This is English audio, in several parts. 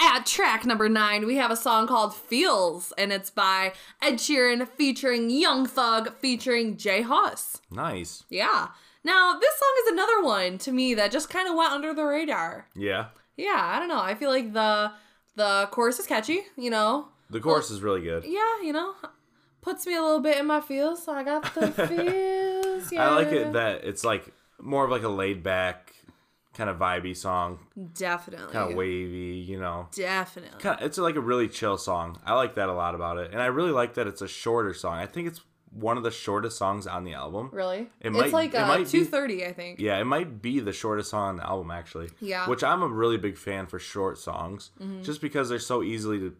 at track number nine, we have a song called Feels, and it's by Ed Sheeran featuring Young Thug featuring Jay Huss. Nice. Yeah. Now, this song is another one to me that just kind of went under the radar. Yeah. Yeah, I don't know. I feel like the the chorus is catchy, you know. The chorus is really good. Yeah, you know. Puts me a little bit in my feels, so I got the feels. Yeah. I like it that it's like more of like a laid back kind of vibey song, Definitely. kind of wavy, you know. Definitely. Kind of, it's like a really chill song. I like that a lot about it. And I really like that it's a shorter song. I think it's one of the shortest songs on the album. Really? It might- it's like it uh, might be- 230, I think. Yeah, it might be the shortest song on the album actually. Yeah. Mm-hmm. Which I'm a really big fan for short songs, just because they're so easily to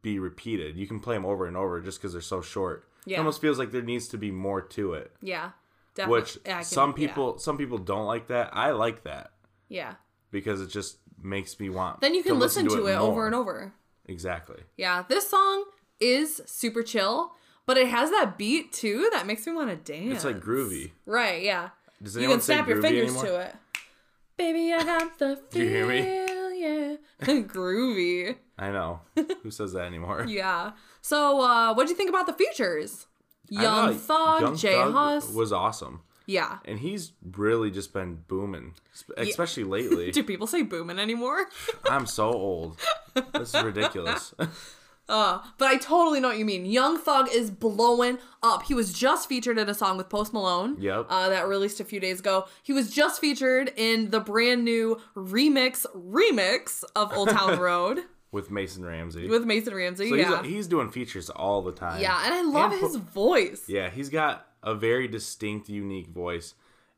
be repeated. You can play them over and over just because they're so short. It Yeah. almost feels like there needs to be more to it, Yeah. Definitely. which Yeah, I can- some yeah. people some people don't like that. I like that Yeah. because it just makes me want. Then you can listen, to, it, more. over and over. Exactly. Yeah. This song is super chill, but it has that beat too that makes me want to dance. It's like groovy. Right, yeah. Does You anyone can snap say your groovy fingers anymore? to it. Baby, I got the feel. you hear me? Yeah. groovy. I know. Who says that anymore? Yeah. So, uh, what'd you think about the features? I don't Young know, Thug, Young Jay Thug Huss. was awesome, yeah. and he's really just been booming, sp- especially lately. Do people say boomin' anymore? I'm so old. This is ridiculous. But I totally know what you mean. Young Thug is blowing up. He was just featured in a song with Post Malone. Yep. Uh, that released a few days ago. He was just featured in the brand new remix remix of Old Town Road With Mason Ramsey. with Mason Ramsey. so he's, yeah. he's doing features all the time. yeah, and I love And- his voice. Yeah, he's got a very distinct, unique voice,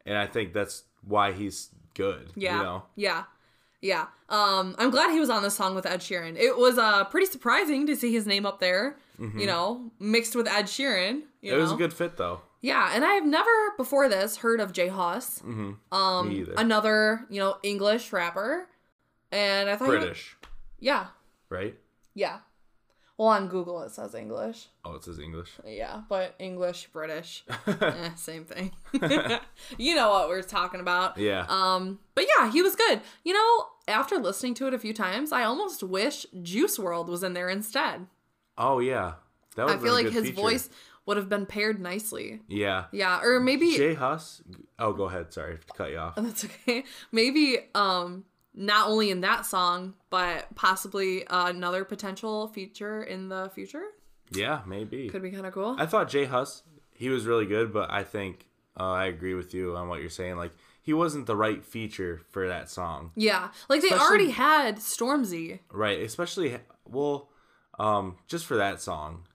and I think that's why he's good. Yeah. You know? Yeah. Yeah. Um, I'm glad he was on this song with Ed Sheeran. It was uh pretty surprising to see his name up there, you know, mixed with Ed Sheeran. You Mm-hmm. It was know? a good fit, though. Yeah, and I have never before this heard of Jay Huss, Um, Me either. another, you know, English rapper. And I thought he was- British, yeah. right? Yeah. Well, on Google it says English. Oh, it says English. Yeah, but English, British, eh, same thing. you know what we're talking about. Yeah. Um, but yeah, he was good. You know, after listening to it a few times, I almost wish Juice World was in there instead. oh, yeah. That would I feel like his feature. voice would have been paired nicely. Yeah. Yeah, or maybe Jay Huss. Oh, go ahead. Sorry to cut you off. that's okay. Maybe um not only in that song, but possibly uh, another potential feature in the future Yeah, maybe. could be kind of cool. I thought Jay Huss, he was really good, but I think uh, I agree with you on what you're saying. Like he wasn't the right feature for that song, yeah, like they Especially- already had Stormzy. right? Especially well, um, just for that song,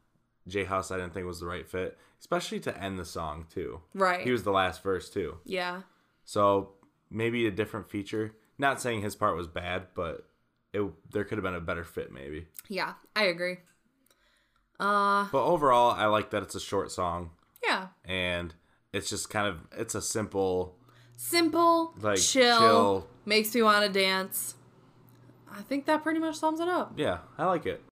Jay Huss, I didn't think was the right fit, especially to end the song too. Right. He was the last verse too, yeah. so maybe a different feature. Not saying his part was bad, but it there could have been a better fit maybe. Yeah, I agree. Uh But overall, I like that it's a short song yeah. and it's just kind of it's a simple Simple, Like, chill, chill. makes me want to dance. I think that pretty much sums it up. yeah. I like it.